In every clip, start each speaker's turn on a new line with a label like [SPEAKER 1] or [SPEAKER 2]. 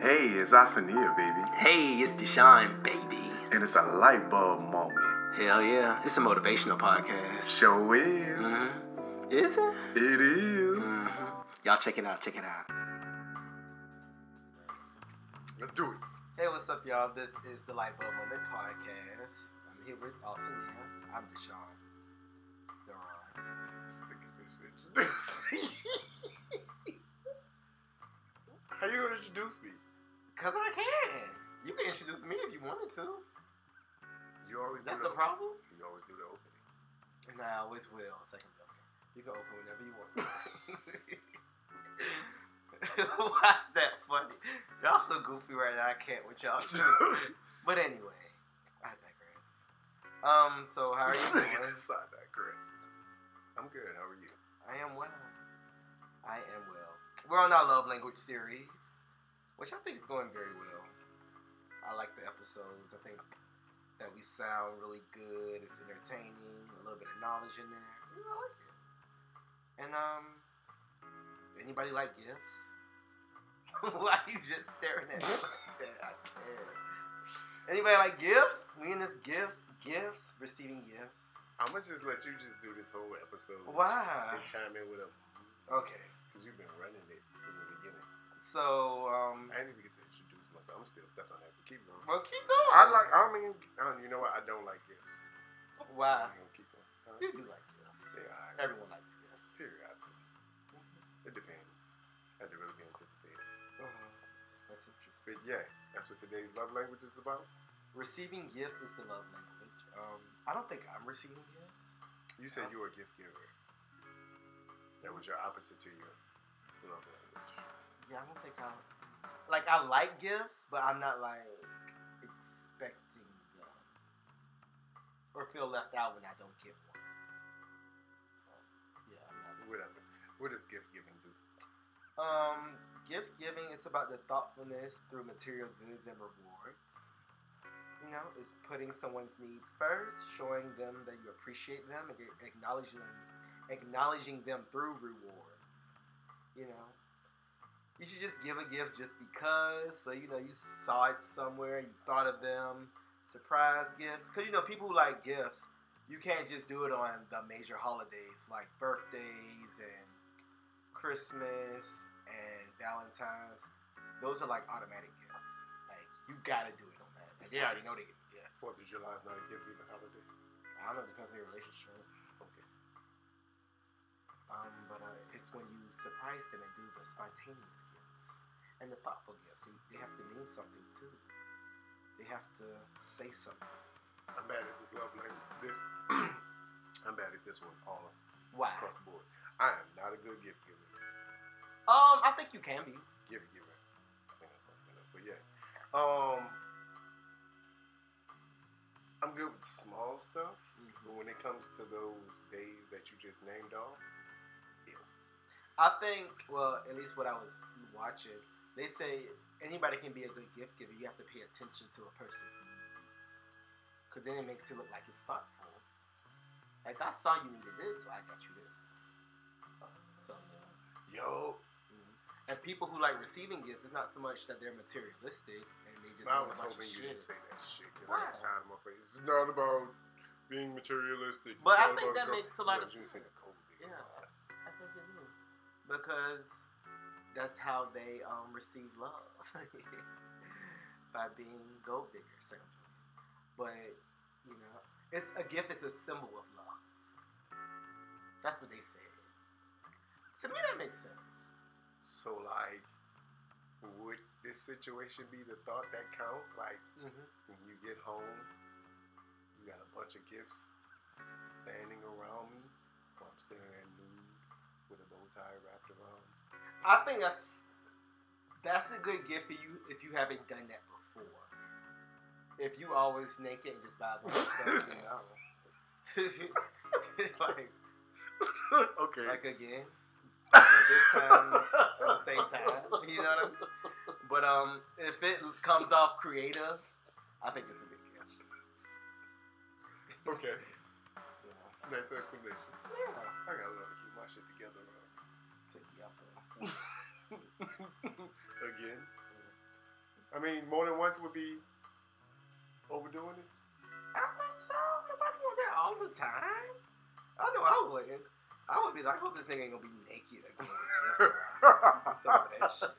[SPEAKER 1] Hey, it's Asania, baby.
[SPEAKER 2] Hey, it's Deshawn, baby.
[SPEAKER 1] And it's a light bulb moment.
[SPEAKER 2] Hell yeah. It's a motivational podcast. Mm-hmm.
[SPEAKER 1] Show is.
[SPEAKER 2] Is it? Mm-hmm.
[SPEAKER 1] It is.
[SPEAKER 2] Y'all check it out, check it out.
[SPEAKER 1] Let's do it.
[SPEAKER 2] Hey, what's up, y'all? This is the Light Bulb Moment Podcast. I'm here with Alcinia. I'm Deshawn. Deron.
[SPEAKER 1] Introduce me. How you gonna introduce me?
[SPEAKER 2] Because I can. You can introduce me if you wanted to.
[SPEAKER 1] You always
[SPEAKER 2] That's
[SPEAKER 1] do the
[SPEAKER 2] the problem.
[SPEAKER 1] You always do the opening.
[SPEAKER 2] And I always will. Second building. You can open whenever you want. to. Why's that funny? Y'all so goofy right now. I can't with y'all too. But anyway, I digress. Um, so how are you doing?
[SPEAKER 1] It's not that Chris. I'm good. How are you?
[SPEAKER 2] I am well. I am well. We're on our love language series, which I think is going very well. I like the episodes. I think that we sound really good. It's entertaining. A little bit of knowledge in there. You know, I like it. And um, anybody like gifts? Why are you just staring at me like that? I can't. Anybody like gifts? We in this gifts, gifts, receiving gifts.
[SPEAKER 1] I'm gonna just let you just do this whole episode.
[SPEAKER 2] Why?
[SPEAKER 1] And chime in with a.
[SPEAKER 2] Okay.
[SPEAKER 1] Because you've been running it from the beginning.
[SPEAKER 2] So um,
[SPEAKER 1] I didn't even get to introduce myself. I'm still stuck on that. But keep going.
[SPEAKER 2] Well, keep going.
[SPEAKER 1] I like. I mean, I don't, you know what? I don't like gifts.
[SPEAKER 2] Wow.
[SPEAKER 1] I'm gonna keep going. I
[SPEAKER 2] Uh. You do like gifts.
[SPEAKER 1] Yeah, I,
[SPEAKER 2] Everyone likes gifts.
[SPEAKER 1] periodically. It depends. I had to really be anticipated.
[SPEAKER 2] Uh-huh. That's interesting.
[SPEAKER 1] But yeah, that's what today's love language is about.
[SPEAKER 2] Receiving gifts is the love language. Um, I don't think I'm receiving gifts.
[SPEAKER 1] You said you were a gift giver. That was your opposite to your love language.
[SPEAKER 2] Yeah, I don't think I'm. Like, I like gifts, but I'm not like expecting them or feel left out when I don't get one. So, yeah, I'm not.
[SPEAKER 1] Whatever. What does gift giving do?
[SPEAKER 2] Um, gift giving is about the thoughtfulness through material goods and rewards. You know, it's putting someone's needs first, showing them that you appreciate them, and you're acknowledging them, acknowledging them through rewards. You know, you should just give a gift just because. So you know, you saw it somewhere, you thought of them. Surprise gifts, because you know people who like gifts, you can't just do it on the major holidays like birthdays and Christmas and Valentine's, those are like automatic gifts. Like you gotta do it on that. Like they already know they get the gift.
[SPEAKER 1] Fourth of July is not a gift giving holiday.
[SPEAKER 2] I don't know, it depends on your relationship.
[SPEAKER 1] Okay.
[SPEAKER 2] Um, but uh, it's when you surprise them and do the spontaneous gifts and the thoughtful gifts. They- They have to mean something too. They have to say something.
[SPEAKER 1] I'm bad at this love language. This. I'm bad at this one all
[SPEAKER 2] Why?
[SPEAKER 1] across the board. I am not a good gift giver.
[SPEAKER 2] Um, I think you can be.
[SPEAKER 1] gift giver. I think I fucked that up, But yeah, um, I'm good with small stuff, but when it comes to those days that you just named off,
[SPEAKER 2] I think, well, at least what I was watching, they say anybody can be a good gift giver. You have to pay attention to a person's needs. Because then it makes it look like it's thoughtful. Like, I saw you needed this, so I got you this. So, yeah.
[SPEAKER 1] yo,
[SPEAKER 2] And people who like receiving gifts, it's not so much that they're materialistic and they just
[SPEAKER 1] I
[SPEAKER 2] want
[SPEAKER 1] was
[SPEAKER 2] a bunch of
[SPEAKER 1] hoping you
[SPEAKER 2] shit.
[SPEAKER 1] didn't say that shit because
[SPEAKER 2] Why?
[SPEAKER 1] I got tired of my face. It's not about being materialistic. It's
[SPEAKER 2] But I
[SPEAKER 1] not
[SPEAKER 2] think
[SPEAKER 1] about
[SPEAKER 2] that
[SPEAKER 1] girl-
[SPEAKER 2] makes a lot
[SPEAKER 1] Yeah,
[SPEAKER 2] of
[SPEAKER 1] you said
[SPEAKER 2] sense.
[SPEAKER 1] cold, nigga.
[SPEAKER 2] Yeah. I think it is. Because that's how they um, receive love by being gold diggers. so. But, you know, it's a gift, it's a symbol of love. That's what they say. To me, that makes sense.
[SPEAKER 1] So like, would this situation be the thought that count? Like.
[SPEAKER 2] Mm-hmm.
[SPEAKER 1] when you get home, you got a bunch of gifts standing around me while I'm standing there nude with a bow tie wrapped around.
[SPEAKER 2] I think that's that's a good gift for you if you haven't done that before. If you always naked and just buy a bunch of stuff, you know. like,
[SPEAKER 1] okay.
[SPEAKER 2] like again, this time at the same time. You know what I mean? But um, if it comes off creative, I think it's a good gift.
[SPEAKER 1] okay.
[SPEAKER 2] You know?
[SPEAKER 1] Nice explanation.
[SPEAKER 2] Yeah.
[SPEAKER 1] I gotta learn to keep my shit together. man.
[SPEAKER 2] Take you out for
[SPEAKER 1] Again. I mean, more than once would be overdoing it.
[SPEAKER 2] I don't think so. Nobody want that all the time. I know I wouldn't. I would be like, I hope this nigga ain't gonna be naked again. with gifts around. Some of that shit.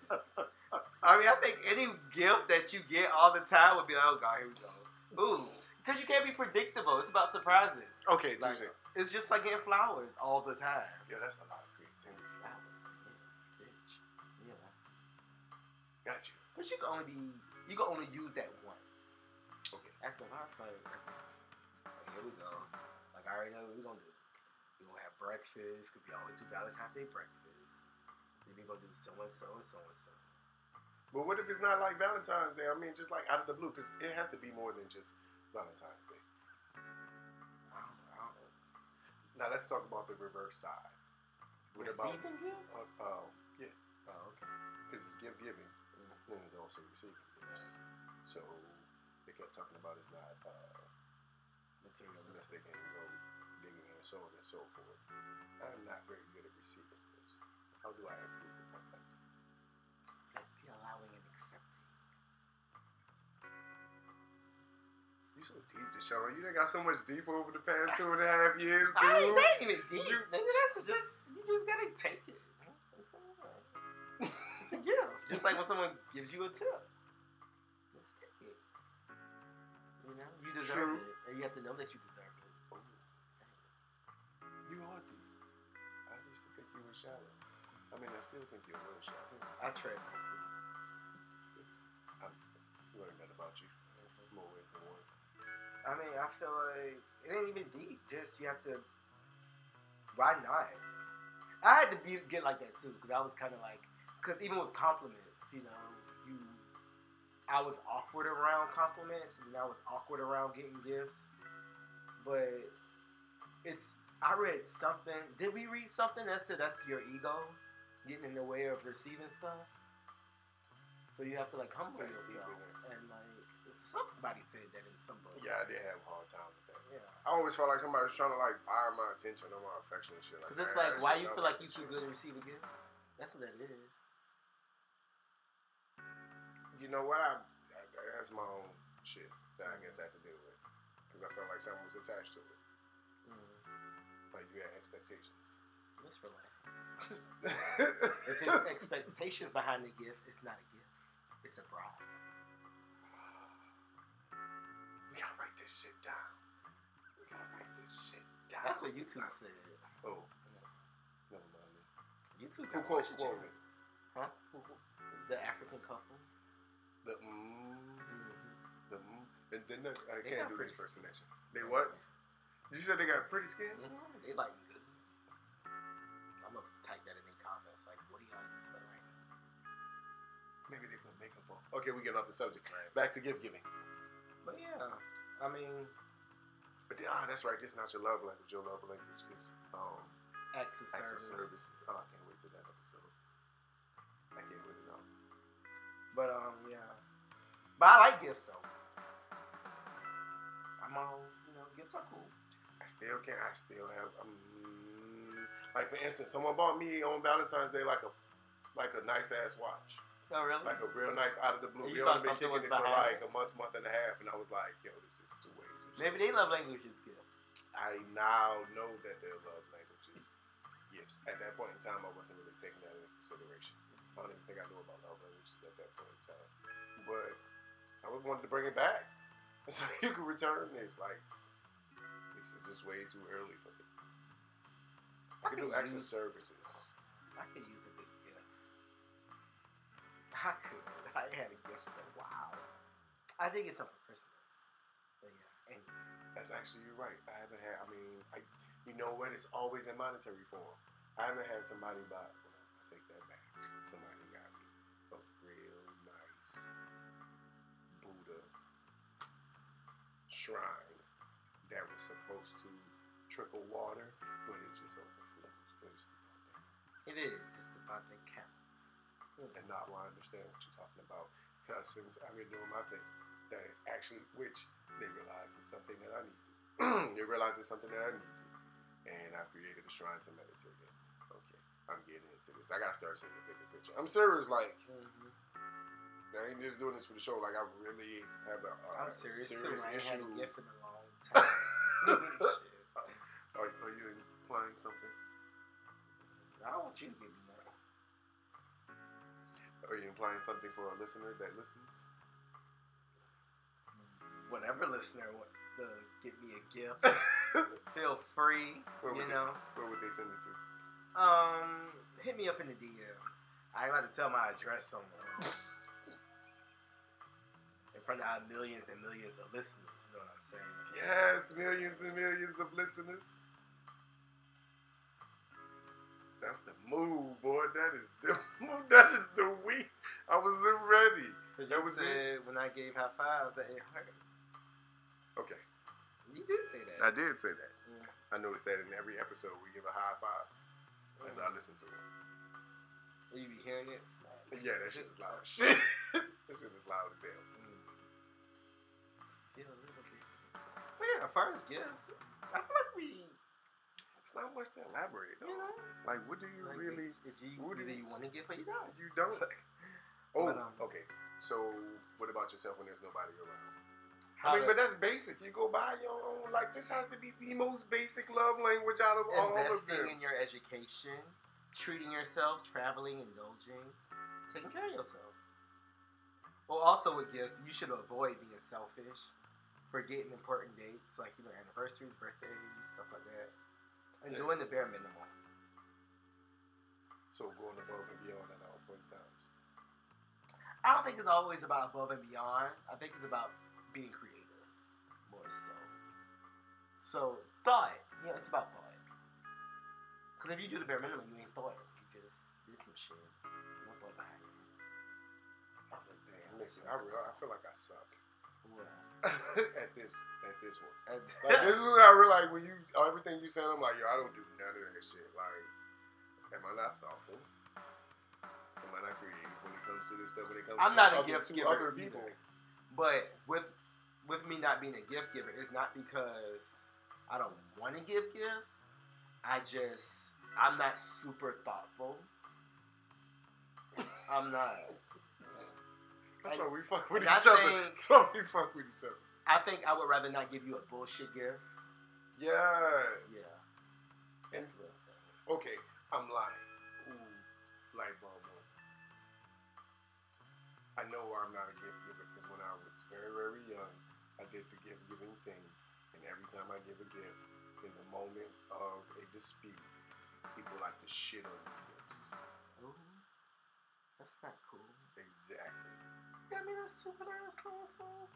[SPEAKER 2] I mean, I think any gift that you get all the time would be like, oh god, here we go. Ooh, because you can't be predictable. It's about surprises.
[SPEAKER 1] Okay,
[SPEAKER 2] Like,
[SPEAKER 1] Tuesday.
[SPEAKER 2] it's just like getting flowers all the time.
[SPEAKER 1] Yeah, that's a lot of creativity.
[SPEAKER 2] Flowers, yeah, bitch. Yeah,
[SPEAKER 1] Got you.
[SPEAKER 2] but you can only be, you can only use that once.
[SPEAKER 1] Okay.
[SPEAKER 2] After a while, it's like, like, here we go. Like I already know what we're gonna do. We're gonna have breakfast, cause we always do Valentine's Day breakfast. Then we're gonna do so and so and so and so.
[SPEAKER 1] But what if it's not like Valentine's Day? I mean, just like out of the blue, because it has to be more than just Valentine's Day.
[SPEAKER 2] I don't know. I don't know.
[SPEAKER 1] Now let's talk about the reverse side. What about
[SPEAKER 2] Receiving gifts?
[SPEAKER 1] uh, um, yeah,
[SPEAKER 2] Oh, okay.
[SPEAKER 1] because it's gift giving, then it's also receiving gifts. So they kept talking about it's not uh, unless
[SPEAKER 2] Materialistic.
[SPEAKER 1] they can go digging in the soil and so forth. I'm not very good at receiving gifts. How do I improve upon that?
[SPEAKER 2] Like be allowing and accepting.
[SPEAKER 1] You so deep, Deshaun. You done got so much deeper over the past two and a half years, dude.
[SPEAKER 2] I ain't, that ain't even deep, nigga. That's just you just gotta take it. you know what I'm saying? It's a gift. Just like when someone gives you a tip. Just take it. You know? You
[SPEAKER 1] True.
[SPEAKER 2] deserve it. And you have to know that you deserve it.
[SPEAKER 1] Oh. You are deep. I used to think you were shallow. I mean, I still think you're a little shallow.
[SPEAKER 2] I tread my boots.
[SPEAKER 1] Learned that about you. More ways than one.
[SPEAKER 2] I mean, I feel like it ain't even deep. Just you have to. Why not? I had to be get like that too, because I was kind of like, because even with compliments, you know, you, I was awkward around compliments, and I was awkward around getting gifts. But it's I read something. Did we read something that said that's your ego getting in the way of receiving stuff? So you have to like humble
[SPEAKER 1] Yeah, it's deep in
[SPEAKER 2] yourself,
[SPEAKER 1] there.
[SPEAKER 2] and like somebody said that in some book.
[SPEAKER 1] Yeah, I did have a hard time with that.
[SPEAKER 2] Yeah.
[SPEAKER 1] I always felt like somebody was trying to like buy my attention or my affection and shit like
[SPEAKER 2] Cause
[SPEAKER 1] that.
[SPEAKER 2] it's like,
[SPEAKER 1] That
[SPEAKER 2] why
[SPEAKER 1] shit
[SPEAKER 2] you
[SPEAKER 1] don't
[SPEAKER 2] feel like
[SPEAKER 1] make
[SPEAKER 2] you too
[SPEAKER 1] sense.
[SPEAKER 2] good to receive a gift? That's what that is.
[SPEAKER 1] You know what? I, I that's my own shit that I guess I had to deal with because I felt like something was attached to it.
[SPEAKER 2] Mm.
[SPEAKER 1] Like you had expectations.
[SPEAKER 2] Let's relax. if it's expectations behind the gift, it's not a gift. It's a bribe.
[SPEAKER 1] we gotta write this shit down. We gotta write this shit down.
[SPEAKER 2] That's what YouTube said.
[SPEAKER 1] Oh, never mind. then.
[SPEAKER 2] YouTube
[SPEAKER 1] Who
[SPEAKER 2] got
[SPEAKER 1] quotes
[SPEAKER 2] a bunch of
[SPEAKER 1] Chloe?
[SPEAKER 2] gems. Huh? The African couple.
[SPEAKER 1] The mm, the mm, and then the, I
[SPEAKER 2] They
[SPEAKER 1] can't do
[SPEAKER 2] got
[SPEAKER 1] the
[SPEAKER 2] pretty
[SPEAKER 1] impersonation. They what? You said they got pretty skin.
[SPEAKER 2] Mhm, They like good. I'm gonna type that in the comments. Like, what do y'all use for right now?
[SPEAKER 1] Maybe they put makeup on. Okay, we get off the subject. Back to gift giving.
[SPEAKER 2] But yeah, I mean,
[SPEAKER 1] But then, ah, that's right. This is not your love language. Your love language is um,
[SPEAKER 2] acts of
[SPEAKER 1] acts of
[SPEAKER 2] service.
[SPEAKER 1] services. Oh, I can't wait to that episode. I can't wait to know.
[SPEAKER 2] But um, yeah. But I like gifts though. I'm all, you know, gifts are cool.
[SPEAKER 1] I still can't. I still have. Um, like for instance, someone bought me on Valentine's Day like a like a nice ass watch,
[SPEAKER 2] Oh really?
[SPEAKER 1] like a real nice out of the blue.
[SPEAKER 2] And
[SPEAKER 1] We
[SPEAKER 2] you
[SPEAKER 1] only been
[SPEAKER 2] thought something
[SPEAKER 1] kicking
[SPEAKER 2] was
[SPEAKER 1] it for
[SPEAKER 2] behind
[SPEAKER 1] like a month, month and a half, and I was like, yo, this is too way too.
[SPEAKER 2] Maybe they love language is gift.
[SPEAKER 1] I now know that their love language is gifts. At that point in time, I wasn't really taking that into consideration. I don't even think I knew about love languages at that point in time. But I would wanted to bring it back. It's like you can return this. Like this is just way too early for me. I can do extra
[SPEAKER 2] use,
[SPEAKER 1] services.
[SPEAKER 2] I could use a big gift. I could. I ain't had a gift for a while. I did get something for Christmas. But yeah, and
[SPEAKER 1] That's actually you're right. I haven't had. I mean, I, you know what? It's always in monetary form. I haven't had somebody buy. Well, I take that back. Somebody got me a real nice Buddha shrine that was supposed to trickle water, but it just overflows. But it's not that.
[SPEAKER 2] it is. It's about the counts.
[SPEAKER 1] and not want to understand what you're talking about. Because since I've been doing my thing, that is actually which they realize is something that I need. they realize it's something that I need, and I've created a shrine to meditate in. Okay, I'm getting into this. I gotta start seeing the bigger picture. I'm serious, like
[SPEAKER 2] Mm-hmm.
[SPEAKER 1] I ain't just doing this for the show. Like I really have a, a
[SPEAKER 2] I'm serious,
[SPEAKER 1] serious
[SPEAKER 2] too. I ain't had
[SPEAKER 1] issue.
[SPEAKER 2] a gift in a long time. Shit.
[SPEAKER 1] are, are you implying something?
[SPEAKER 2] I don't want you to give me that.
[SPEAKER 1] Are you implying something for a listener that listens?
[SPEAKER 2] Whatever listener wants to give me a gift, feel free.
[SPEAKER 1] Where would
[SPEAKER 2] you
[SPEAKER 1] they-
[SPEAKER 2] know,
[SPEAKER 1] Where would they send it to?
[SPEAKER 2] um, hit me up in the DMs. I ain't about to tell my address somewhere in front of our millions and millions of listeners. You know what I'm saying?
[SPEAKER 1] Yes, millions and millions of listeners. That's the move, boy. That is the move. That is the week. I wasn't ready.
[SPEAKER 2] Because
[SPEAKER 1] That
[SPEAKER 2] you
[SPEAKER 1] was
[SPEAKER 2] said when I gave high fives that it hurt.
[SPEAKER 1] Okay,
[SPEAKER 2] You did say
[SPEAKER 1] I
[SPEAKER 2] that.
[SPEAKER 1] did say that.
[SPEAKER 2] Mm.
[SPEAKER 1] I noticed that in every episode we give a high five as I listen to it.
[SPEAKER 2] Mm. You be hearing it? Smack.
[SPEAKER 1] Yeah, that shit is loud. as Shit, that shit is loud as hell.
[SPEAKER 2] Yeah, a little bit. But yeah, first gifts. I feel like we, you
[SPEAKER 1] It's not much to elaborate though.
[SPEAKER 2] know,
[SPEAKER 1] Like, what do you
[SPEAKER 2] like
[SPEAKER 1] really?
[SPEAKER 2] if you
[SPEAKER 1] what do
[SPEAKER 2] either
[SPEAKER 1] you-
[SPEAKER 2] you want to give or you don't.
[SPEAKER 1] You don't. Oh,
[SPEAKER 2] But, um,
[SPEAKER 1] okay. So, what about yourself when there's nobody around?
[SPEAKER 2] How
[SPEAKER 1] I mean,
[SPEAKER 2] to-
[SPEAKER 1] but that's basic. You go buy your own. Like this has to be the most basic love language out of all of
[SPEAKER 2] investing
[SPEAKER 1] them.
[SPEAKER 2] in your education, treating yourself, traveling, indulging, taking care of yourself. Well, also with gifts, you should avoid being selfish, forgetting important dates like you know anniversaries, birthdays, stuff like that, and
[SPEAKER 1] Yeah.
[SPEAKER 2] doing the bare minimum.
[SPEAKER 1] So going above and beyond at all point times.
[SPEAKER 2] I don't think it's always about above and beyond. I think it's about being creative, more so. So thought, yeah, it's about thought. Because if you do the bare minimum, you ain't thought. You just did some shit. No thought behind it.
[SPEAKER 1] I'm like, Oh, damn, listen, I, real, I feel like I suck
[SPEAKER 2] Well,
[SPEAKER 1] at this at this one.
[SPEAKER 2] and-
[SPEAKER 1] Like this is when I realize when you everything you said, I'm like, yo, I don't do none of that shit. Like, am I not thoughtful? Am I not creative when it comes to this stuff? When it comes, to
[SPEAKER 2] I'm not a
[SPEAKER 1] other,
[SPEAKER 2] gift
[SPEAKER 1] to
[SPEAKER 2] giver
[SPEAKER 1] Other
[SPEAKER 2] either.
[SPEAKER 1] people,
[SPEAKER 2] but with with me not being a gift giver, it's not because I don't want to give gifts. I just I'm not super thoughtful. I'm not.
[SPEAKER 1] that's
[SPEAKER 2] Like,
[SPEAKER 1] why we fuck with
[SPEAKER 2] and I
[SPEAKER 1] each other.
[SPEAKER 2] think-
[SPEAKER 1] That's why we fuck with each other.
[SPEAKER 2] I think I would rather not give you a bullshit gift.
[SPEAKER 1] Yeah.
[SPEAKER 2] Yeah.
[SPEAKER 1] And-
[SPEAKER 2] That's what-
[SPEAKER 1] Okay, I'm lying. Ooh, light bulb moment. I know I'm not a gift giver because when I was very, very young, I did the gift giving thing, and every time I give a gift, in the moment of a dispute, people like to shit on the gifts.
[SPEAKER 2] Ooh, that's not cool.
[SPEAKER 1] Exactly.
[SPEAKER 2] Yeah, I mean, that's stupid ass so and so.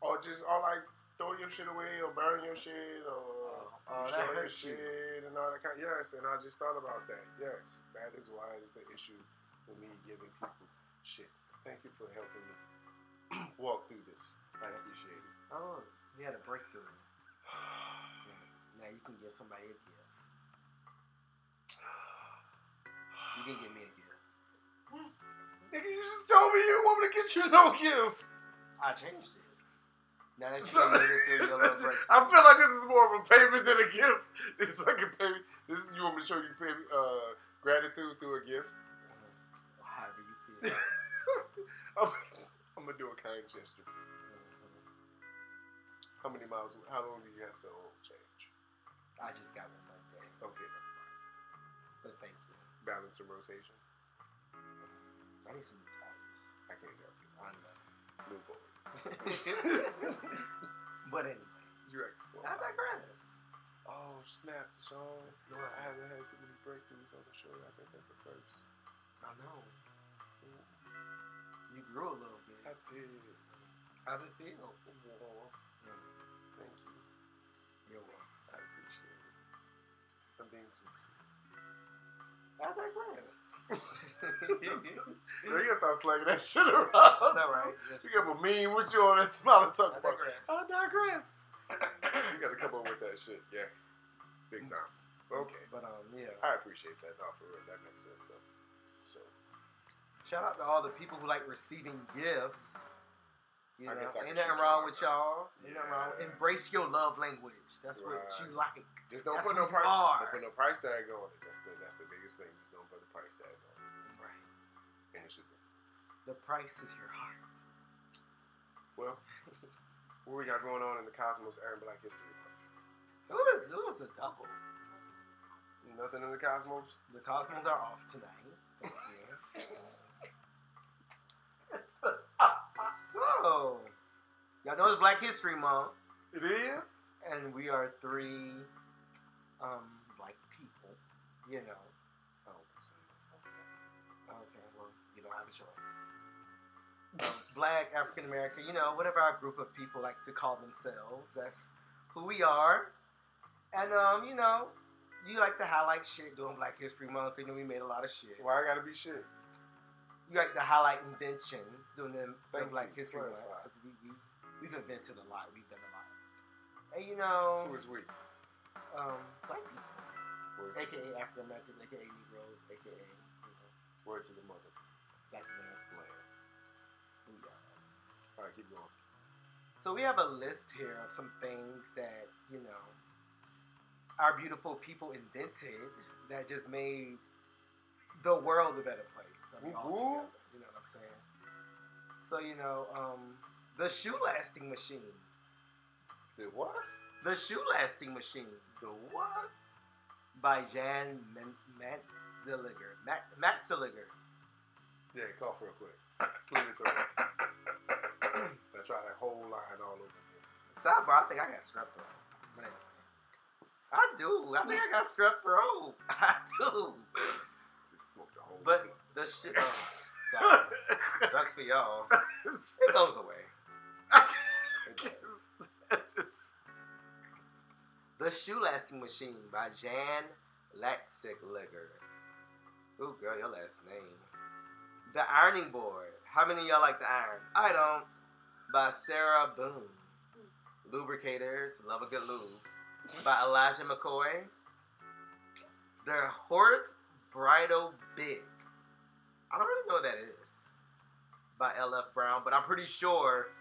[SPEAKER 1] Or just or like throw your shit away or burn your shit or.
[SPEAKER 2] Oh,
[SPEAKER 1] you
[SPEAKER 2] that
[SPEAKER 1] show your
[SPEAKER 2] hurts you.
[SPEAKER 1] shit and all that kind. Yes, and I just thought about that. Yes, that is why it is an issue with me giving people shit. Thank you for helping me walk through this. I appreciate it.
[SPEAKER 2] Oh, you had a breakthrough. Now you can give somebody a gift. You can give me a gift.
[SPEAKER 1] Nigga, you just told me you want me to get you no gift.
[SPEAKER 2] I changed it. Now that you
[SPEAKER 1] So-
[SPEAKER 2] made it through your little break.
[SPEAKER 1] I feel like this is more of a payment than a gift. It's like a payment. This is you want me to show you pay, uh, gratitude through a gift.
[SPEAKER 2] How do you feel?
[SPEAKER 1] I'm, I'm gonna do a kind gesture. How many miles? How long do you have to oil change?
[SPEAKER 2] I just got one Monday,
[SPEAKER 1] Okay,
[SPEAKER 2] but thank you.
[SPEAKER 1] balance and rotation.
[SPEAKER 2] I need some new tires.
[SPEAKER 1] I can't help you.
[SPEAKER 2] I
[SPEAKER 1] Move forward.
[SPEAKER 2] know. but anyway,
[SPEAKER 1] you
[SPEAKER 2] I
[SPEAKER 1] explode.
[SPEAKER 2] digress.
[SPEAKER 1] Oh snap, Sean!
[SPEAKER 2] No,
[SPEAKER 1] I
[SPEAKER 2] I,
[SPEAKER 1] haven't had too many breakthroughs on the show. I think that's a first.
[SPEAKER 2] I know you grew a little
[SPEAKER 1] I
[SPEAKER 2] bit.
[SPEAKER 1] did.
[SPEAKER 2] How's it feel?
[SPEAKER 1] Wow. Thank you.
[SPEAKER 2] You're welcome.
[SPEAKER 1] I appreciate it. I'm being sincere.
[SPEAKER 2] I digress.
[SPEAKER 1] Yo, you gotta stop slanging that shit around.
[SPEAKER 2] Is that right?
[SPEAKER 1] You gotta put mean with you on that smile and talk
[SPEAKER 2] I
[SPEAKER 1] about. I
[SPEAKER 2] digress.
[SPEAKER 1] digress. you gotta come up with that shit. Yeah, big time. Okay.
[SPEAKER 2] But um, yeah.
[SPEAKER 1] I appreciate that. No, for real, that makes sense though. So
[SPEAKER 2] Shout out to all the people who like receiving gifts. You know,
[SPEAKER 1] I guess I could
[SPEAKER 2] ain't nothing
[SPEAKER 1] shoot you
[SPEAKER 2] wrong with
[SPEAKER 1] one.
[SPEAKER 2] y'all. Ain't nothing wrong.
[SPEAKER 1] Yeah.
[SPEAKER 2] Embrace your love language. That's what
[SPEAKER 1] Right.
[SPEAKER 2] you like.
[SPEAKER 1] just don't
[SPEAKER 2] That's
[SPEAKER 1] put no
[SPEAKER 2] who you
[SPEAKER 1] price.
[SPEAKER 2] are.
[SPEAKER 1] Don't put no price tag on it. That's the that's the biggest thing. Just don't put a price tag on it.
[SPEAKER 2] Right.
[SPEAKER 1] And it should be.
[SPEAKER 2] The price is your heart.
[SPEAKER 1] Well, what we got going on in the cosmos and Black History Month?
[SPEAKER 2] It was it was a double.
[SPEAKER 1] Nothing in the cosmos?
[SPEAKER 2] The Cosmos are off tonight. Thank you. so y'all know it's Black History Month,
[SPEAKER 1] It is?
[SPEAKER 2] and we are three um black people. You know.
[SPEAKER 1] Oh, so-
[SPEAKER 2] Okay, well you don't have a choice. Um, black African American, you know, whatever our group of people like to call themselves. That's who we are. And um, you know, you like to highlight shit doing Black History Month. You know, we made a lot of shit.
[SPEAKER 1] Why I gotta be shit?
[SPEAKER 2] you like to highlight inventions during the, the
[SPEAKER 1] Thank
[SPEAKER 2] Black
[SPEAKER 1] you.
[SPEAKER 2] History Month
[SPEAKER 1] Clarify.
[SPEAKER 2] 'cause we, we we've invented a lot. We've done a lot, and you know,
[SPEAKER 1] Who was we?
[SPEAKER 2] um, black people,
[SPEAKER 1] Word,
[SPEAKER 2] aka African Americans, aka Negroes, aka you know,
[SPEAKER 1] word to the mother.
[SPEAKER 2] Black Americans,
[SPEAKER 1] Land.
[SPEAKER 2] who y'all
[SPEAKER 1] All right, keep going.
[SPEAKER 2] is. So we have a list here of some things that you know our beautiful people invented that just made the world a better place. I mean,
[SPEAKER 1] Woo woo.
[SPEAKER 2] all together, you know what I'm saying? So you know, um, the shoe lasting machine.
[SPEAKER 1] The what?
[SPEAKER 2] The Shoelasting Machine
[SPEAKER 1] The what?
[SPEAKER 2] by Jan Man- Matzeliger. Mat- Matzeliger.
[SPEAKER 1] Yeah, cough real quick. Clean your throat. now try that whole line all over again.
[SPEAKER 2] Sidebar, I think I got strep throat. But anyway. I do. I think I got strep throat. I do.
[SPEAKER 1] Just smoke the whole
[SPEAKER 2] But
[SPEAKER 1] thing.
[SPEAKER 2] the shit. Oh, sorry. Sucks for y'all. It goes away. It does. The Shoelasting Machine by Jan Latzeliger. Ooh, girl, your last name. The Ironing Board. How many of y'all like to iron? I don't. By Sarah Boone. Lubricators. Love a good lube. By Elijah McCoy. The Horse Bridle Bit. I don't really know what that is. By L.F. Brown, but I'm pretty sure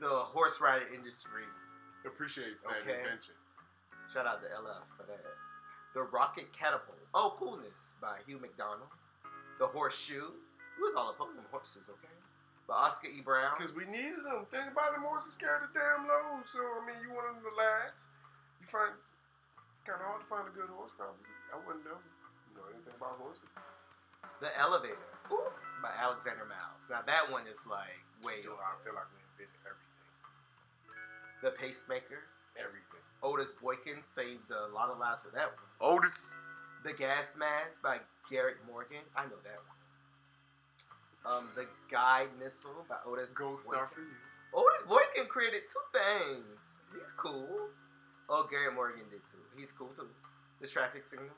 [SPEAKER 2] the horse riding industry
[SPEAKER 1] Appreciates that
[SPEAKER 2] Okay.
[SPEAKER 1] invention.
[SPEAKER 2] Shout out to LF for that. The Rocket Catapult. Oh, Coolness by Hugh McDonald. The Horseshoe. Who is all up on them horses, okay? By Oscar E. Brown.
[SPEAKER 1] Because we needed them. Think about them horses carry the damn load. So, I mean, you want them to last. You find it's kind of hard to find a good horse, probably. I wouldn't know, you know anything about horses.
[SPEAKER 2] The Elevator. Ooh, by Alexander Miles. Now that one is like way
[SPEAKER 1] Dude,
[SPEAKER 2] over.
[SPEAKER 1] I feel like we invented everything.
[SPEAKER 2] The Pacemaker.
[SPEAKER 1] Everything.
[SPEAKER 2] Otis Boykin saved a lot of lives with that one.
[SPEAKER 1] Otis.
[SPEAKER 2] The Gas Mask by Garrett Morgan. I know that one. Um, the Guide Missile by Otis
[SPEAKER 1] Gold
[SPEAKER 2] Boykin.
[SPEAKER 1] star for you.
[SPEAKER 2] Otis Boykin created two things. He's cool. Oh, Gary Morgan did too. He's cool too. The traffic signal.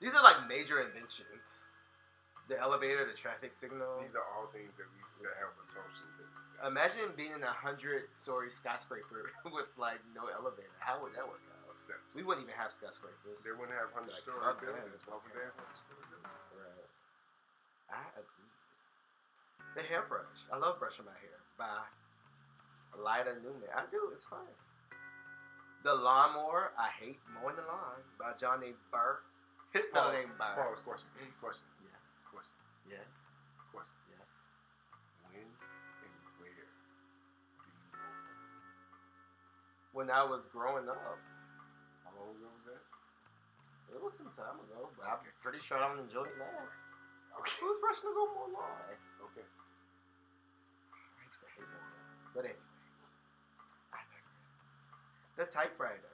[SPEAKER 2] These are like major inventions. The elevator, the traffic signal.
[SPEAKER 1] These are all things that we that help us function.
[SPEAKER 2] Imagine being in a hundred-story skyscraper with like no elevator. How would that work out?
[SPEAKER 1] Uh, Steps.
[SPEAKER 2] We wouldn't even have skyscrapers.
[SPEAKER 1] They wouldn't have hundred
[SPEAKER 2] Like,
[SPEAKER 1] story
[SPEAKER 2] fuck that.
[SPEAKER 1] buildings. Why would they have hundred story buildings?
[SPEAKER 2] Right. I agree. The hairbrush. I love brushing my hair by Lida Newman. I do. It's fun. The lawnmower. I hate mowing the lawn by Johnny Burr. His middle
[SPEAKER 1] Pause.
[SPEAKER 2] name Burr.
[SPEAKER 1] Pause. Question.
[SPEAKER 2] Mm.
[SPEAKER 1] Question.
[SPEAKER 2] Yes.
[SPEAKER 1] Question.
[SPEAKER 2] Yes.
[SPEAKER 1] Question.
[SPEAKER 2] Yes.
[SPEAKER 1] When and where do you know?
[SPEAKER 2] When I was growing up,
[SPEAKER 1] How long ago was that?
[SPEAKER 2] it was some time ago, but I'm
[SPEAKER 1] Okay.
[SPEAKER 2] pretty sure I don't enjoy it now.
[SPEAKER 1] Okay.
[SPEAKER 2] Who's brushing to go mow a lawn?
[SPEAKER 1] Okay.
[SPEAKER 2] I used to hate Moana. But anyway, I digress. The Typewriter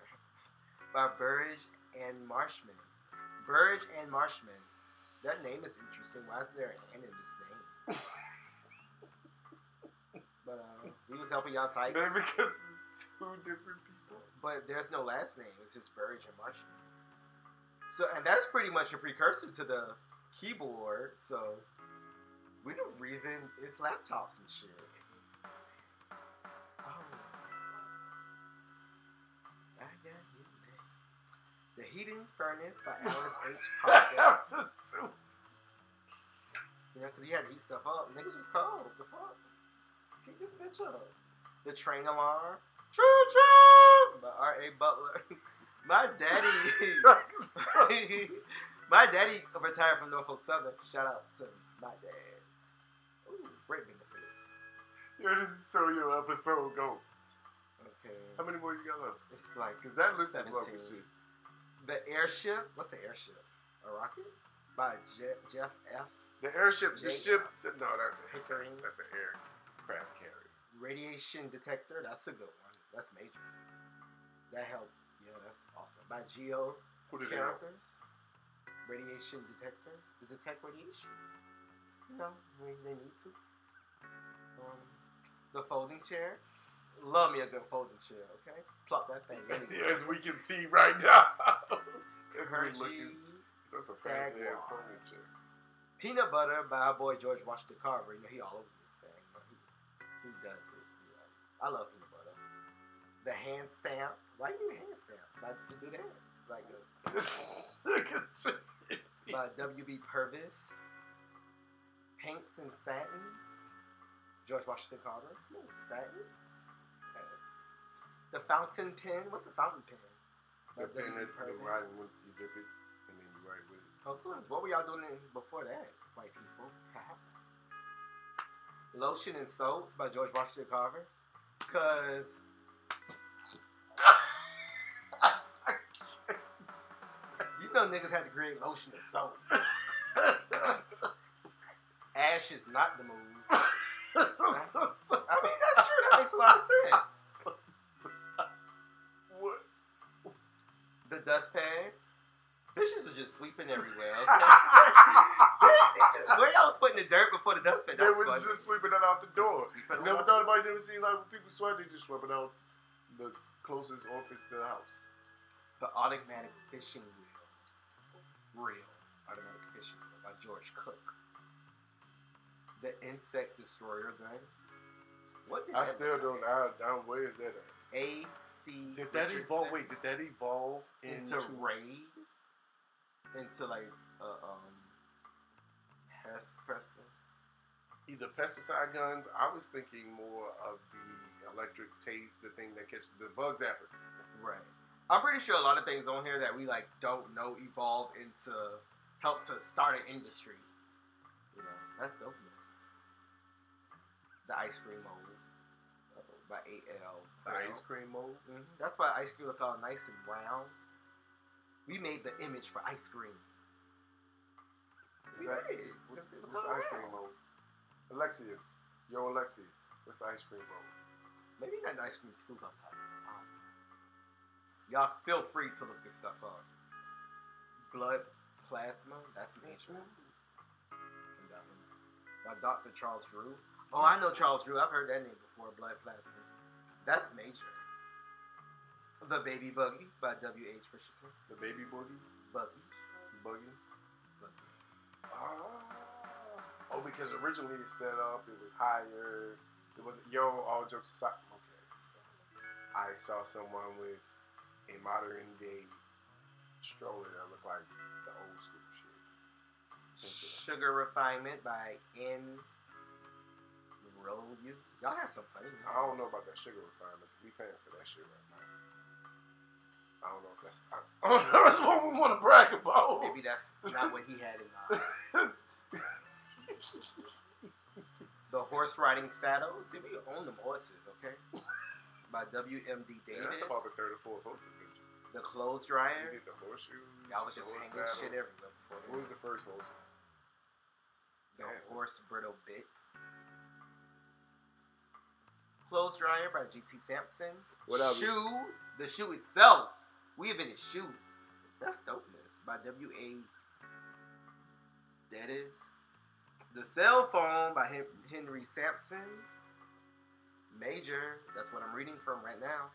[SPEAKER 2] by Burridge and Marshman. Burridge and Marshman. That name is interesting. Why is there an N in this name? but uh, he was helping y'all type.
[SPEAKER 1] Maybe because it's two different people.
[SPEAKER 2] But there's no last name. It's just Burridge and Marshman. So, and that's pretty much a precursor to the keyboard. So, we the reason it's laptops and shit. Oh. I got you, babe. The Heating Furnace by Alice H. Parker. You know, because you had to heat stuff up. Niggas was cold. The fuck? Heat this bitch up. The train alarm. Choo choo! By R.A. Butler. My daddy. my daddy retired from Norfolk Southern. Shout out to my dad. Ooh, Ray
[SPEAKER 1] Yo, this is so your episode go.
[SPEAKER 2] Okay.
[SPEAKER 1] How many more you got left?
[SPEAKER 2] It's like
[SPEAKER 1] Because that list is lovely
[SPEAKER 2] 17.
[SPEAKER 1] shit.
[SPEAKER 2] The airship. What's an airship? A rocket? By Je- Jeff F.
[SPEAKER 1] The airship, the
[SPEAKER 2] Yeah.
[SPEAKER 1] ship. th- no, that's a
[SPEAKER 2] Pickering.
[SPEAKER 1] That's an aircraft carrier.
[SPEAKER 2] Radiation detector. That's a good one. That's major. That helped. Yeah, that's awesome. By Geo
[SPEAKER 1] Who did they help?
[SPEAKER 2] characters. Radiation detector. To detect radiation. You know, when they need to. Um, the folding chair. Love me a good folding chair, okay? Plop that thing. anywhere.
[SPEAKER 1] As we can see right now. As we're
[SPEAKER 2] Hershey
[SPEAKER 1] looking. That's a fancy ass
[SPEAKER 2] Saguar.
[SPEAKER 1] folding chair.
[SPEAKER 2] Peanut Butter by our boy George Washington Carver. You know, he all over this thing. You know, he, he does it. You know. I love Peanut Butter. The hand stamp. Why you do hand stamp? Like to do that? Like a,
[SPEAKER 1] Look at this.
[SPEAKER 2] by W.B. Purvis. Paints and Satins. George Washington Carver. No satins. Yes. The fountain pen. What's a fountain pen?
[SPEAKER 1] The
[SPEAKER 2] By
[SPEAKER 1] pen
[SPEAKER 2] W.B.
[SPEAKER 1] that you
[SPEAKER 2] Purvis.
[SPEAKER 1] write with, you dip it, and then you write with it.
[SPEAKER 2] Of course. What were y'all doing in- before that, white people? Lotion and Soaps by George Washington Carver. Because you know niggas had to create lotion and soap. Ash is not the move. I mean, that's true. That makes a lot of sense.
[SPEAKER 1] what?
[SPEAKER 2] The dustpan. Bitches was just sweeping everywhere. Okay? They just- Where y'all was putting the dirt before the dustpan?
[SPEAKER 1] they
[SPEAKER 2] That's
[SPEAKER 1] was
[SPEAKER 2] funny.
[SPEAKER 1] just sweeping it out the door.
[SPEAKER 2] Sweeping
[SPEAKER 1] You
[SPEAKER 2] them
[SPEAKER 1] never
[SPEAKER 2] out.
[SPEAKER 1] thought about it. Never seen like when people sweat, they just sweep it out the closest office to the house.
[SPEAKER 2] The Automatic Fishing Wheel. Real. Automatic Fishing Wheel by George Cook. The Insect Destroyer Gun. What did
[SPEAKER 1] I
[SPEAKER 2] that
[SPEAKER 1] still don't.
[SPEAKER 2] look like?
[SPEAKER 1] I, I where is that? At?
[SPEAKER 2] A.C.
[SPEAKER 1] Did that
[SPEAKER 2] Richardson
[SPEAKER 1] evolve? Wait, did that evolve into?
[SPEAKER 2] into Raid? Into like a um, Hess person?
[SPEAKER 1] either pesticide guns. I was thinking more of the electric tape, the thing that catches the bug zapper.
[SPEAKER 2] Right. I'm pretty sure a lot of things on here that we like don't know evolve into help to start an industry. You know, that's dopeness. The ice cream mold uh, by AL.
[SPEAKER 1] The ice cream mold.
[SPEAKER 2] Mhm. That's why ice cream look all nice and round. We made the image for ice cream.
[SPEAKER 1] Is
[SPEAKER 2] We
[SPEAKER 1] that, what-
[SPEAKER 2] did. It's- it's
[SPEAKER 1] what's the ice cream
[SPEAKER 2] around.
[SPEAKER 1] mold? Alexia, yo Alexia, what's the ice cream mold?
[SPEAKER 2] Maybe not the ice cream scoop I'm talking about. Um, Y'all feel free to look this stuff up. Blood plasma, that's major. By Dr. Charles Drew. Oh, I know Charles Drew. I've heard that name before. Blood plasma. That's major. The Baby Buggy by W.H. Richardson.
[SPEAKER 1] The baby boogie,
[SPEAKER 2] Buggy.
[SPEAKER 1] buggy.
[SPEAKER 2] Buggy.
[SPEAKER 1] Oh, oh, because originally it set up, it was higher. It was yo. All jokes aside, okay. I saw someone with a modern day stroller that looked like the old school shit.
[SPEAKER 2] Sugar Refinement by N. Royu. Y'all had some funny names.
[SPEAKER 1] I don't know about that sugar refinement. We paying for that shit right now. I don't know if that's. I, I don't know if that's what we want to brag about.
[SPEAKER 2] Maybe that's not what he had in mind. The Horse Riding Saddles. See, we own them horses, okay? By W.M.D.
[SPEAKER 1] Yeah, that's
[SPEAKER 2] Davis.
[SPEAKER 1] about the third or fourth horse adventure.
[SPEAKER 2] the Clothes
[SPEAKER 1] You
[SPEAKER 2] Dryer.
[SPEAKER 1] did the horseshoes.
[SPEAKER 2] Y'all was
[SPEAKER 1] the
[SPEAKER 2] just
[SPEAKER 1] horse
[SPEAKER 2] hanging
[SPEAKER 1] saddle.
[SPEAKER 2] shit everywhere before
[SPEAKER 1] What was
[SPEAKER 2] that.
[SPEAKER 1] the first horse?
[SPEAKER 2] The
[SPEAKER 1] Yeah, it was-
[SPEAKER 2] Horse Brittle Bit. Clothes Dryer by G.T. Sampson.
[SPEAKER 1] What up?
[SPEAKER 2] Shoe. The shoe itself. We invented shoes. That's dopeness. By W.A. That is. The Cell Phone by Hen- Henry Sampson. Major. That's what I'm reading from right now.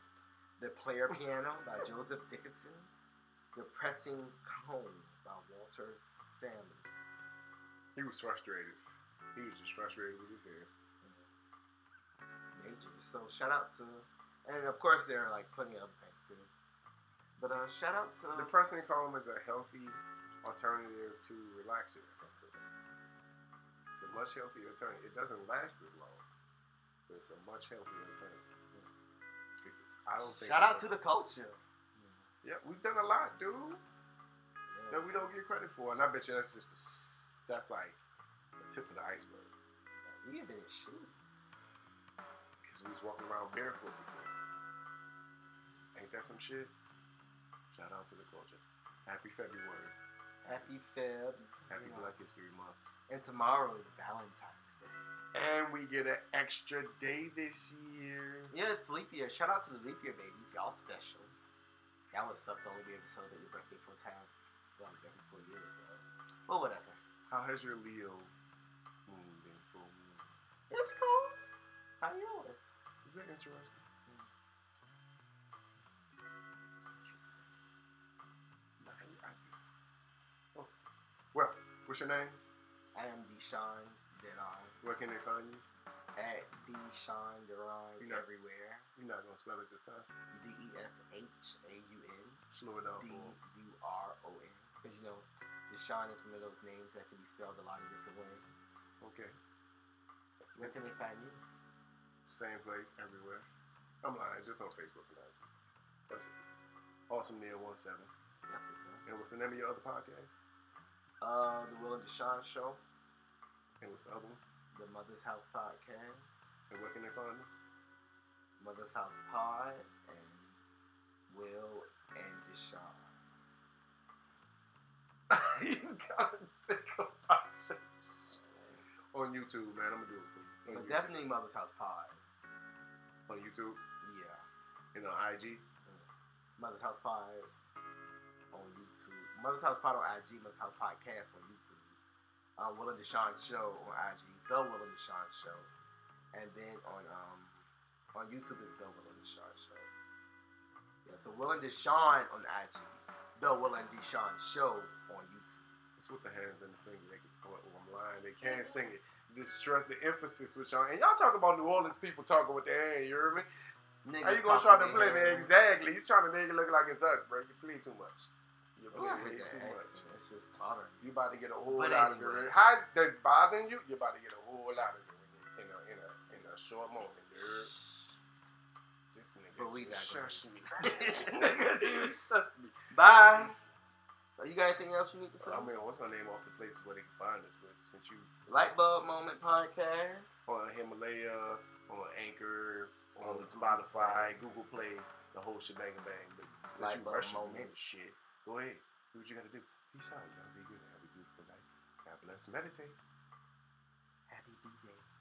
[SPEAKER 2] The Player Piano by Joseph Dickinson. The Pressing Cone by Walter Salmon.
[SPEAKER 1] He was frustrated. He was just frustrated with his hair.
[SPEAKER 2] major. So shout out to, and of course there are like plenty of other things too. But uh, shout out to
[SPEAKER 1] The pressing column is a healthy alternative to relaxing. if I'm correct. It's a much healthier alternative. It doesn't last as long, but it's a much healthier alternative. I don't think
[SPEAKER 2] shout out to the culture.
[SPEAKER 1] Yeah, we've done a lot, dude,
[SPEAKER 2] Yeah.
[SPEAKER 1] that we don't get credit for, and I bet you that's just a s that's like the tip of the iceberg.
[SPEAKER 2] We invented shoes.
[SPEAKER 1] he's walking around barefoot before. Ain't that some shit? Shout out to the culture. Happy February.
[SPEAKER 2] Happy Febs.
[SPEAKER 1] Happy
[SPEAKER 2] you know.
[SPEAKER 1] Black History Month.
[SPEAKER 2] And tomorrow is Valentine's Day.
[SPEAKER 1] And we get an extra day this year.
[SPEAKER 2] Yeah, it's leap year. Shout out to the leap year babies. Y'all special. Y'all was sucked only being told that your birthday full time for like every four years. So. Well, whatever.
[SPEAKER 1] How has your Leo moon been for me?
[SPEAKER 2] It's cool. How yours?
[SPEAKER 1] It's been interesting. Nah, I just. Oh. Well, what's your name?
[SPEAKER 2] I am Deshaun Deron
[SPEAKER 1] Where can they find you?
[SPEAKER 2] at Deshaun Deron
[SPEAKER 1] You know-
[SPEAKER 2] everywhere.
[SPEAKER 1] You're not gonna spell it this time.
[SPEAKER 2] D E S H A U N
[SPEAKER 1] Slow it down
[SPEAKER 2] D
[SPEAKER 1] for 'em.
[SPEAKER 2] U R O N. Because you know, Deshaun is one of those names that can be spelled a lot of different ways.
[SPEAKER 1] Okay.
[SPEAKER 2] Where can they find you?
[SPEAKER 1] Same place everywhere. I'm lying, just on Facebook and IG. That's it. Awesome Neil 17.
[SPEAKER 2] That's what's up.
[SPEAKER 1] And what's the name of your other podcast?
[SPEAKER 2] Uh, the Will and Deshaun Show,
[SPEAKER 1] And what's the other one?
[SPEAKER 2] the Mother's House Podcast,
[SPEAKER 1] And where can they find you?
[SPEAKER 2] Mother's House Pod, and Will and Deshaun.
[SPEAKER 1] you gotta think about some shit. On YouTube, man. I'm gonna do it for you. On
[SPEAKER 2] But
[SPEAKER 1] YouTube.
[SPEAKER 2] definitely Mother's House Pod.
[SPEAKER 1] On YouTube
[SPEAKER 2] Yeah.
[SPEAKER 1] and on IG.
[SPEAKER 2] Mother's House Pod on YouTube. Mother's House Pod on IG. Mother's House Podcast on YouTube. Um, Will and Deshaun Show on IG. The Will and Deshaun Show. And then on um, on YouTube is The Will and Deshaun Show. Yeah, so Will and Deshaun on IG. The Will and Deshaun Show on YouTube.
[SPEAKER 1] It's with the hands and the finger. They can, oh, oh, I'm lying. They can't sing it. Just stress the emphasis with y'all. And y'all talk about New Orleans people talking with their hand. You hear me? How you gonna try to play me? Exactly. You trying to make it look like it's us, bro. You plead too much. You
[SPEAKER 2] Oh, I
[SPEAKER 1] plead
[SPEAKER 2] hate
[SPEAKER 1] way
[SPEAKER 2] that
[SPEAKER 1] too much.
[SPEAKER 2] accent. It's just bothering
[SPEAKER 1] You
[SPEAKER 2] me.
[SPEAKER 1] about to get a whole
[SPEAKER 2] But
[SPEAKER 1] lot of
[SPEAKER 2] anyway.
[SPEAKER 1] it. How that's bothering you? You about to get a whole lot of it in a in a in a short moment, dude. This nigga
[SPEAKER 2] But we
[SPEAKER 1] just
[SPEAKER 2] digress.
[SPEAKER 1] shush me. nigga just shush me.
[SPEAKER 2] Bye. You got anything else you need to say?
[SPEAKER 1] I mean, what's gonna name off the places where they can find us? But since you
[SPEAKER 2] Light bulb moment podcast.
[SPEAKER 1] on Himalaya, on Anchor,
[SPEAKER 2] On
[SPEAKER 1] on
[SPEAKER 2] Google
[SPEAKER 1] Spotify, Google Play, the whole shebang bang. But since
[SPEAKER 2] Light
[SPEAKER 1] you
[SPEAKER 2] bulb
[SPEAKER 1] rushing me
[SPEAKER 2] moment.
[SPEAKER 1] and shit, go ahead. Do what you gotta do. Peace out. Y'all be good. Have a beautiful night. God bless. Meditate.
[SPEAKER 2] Happy B-Day.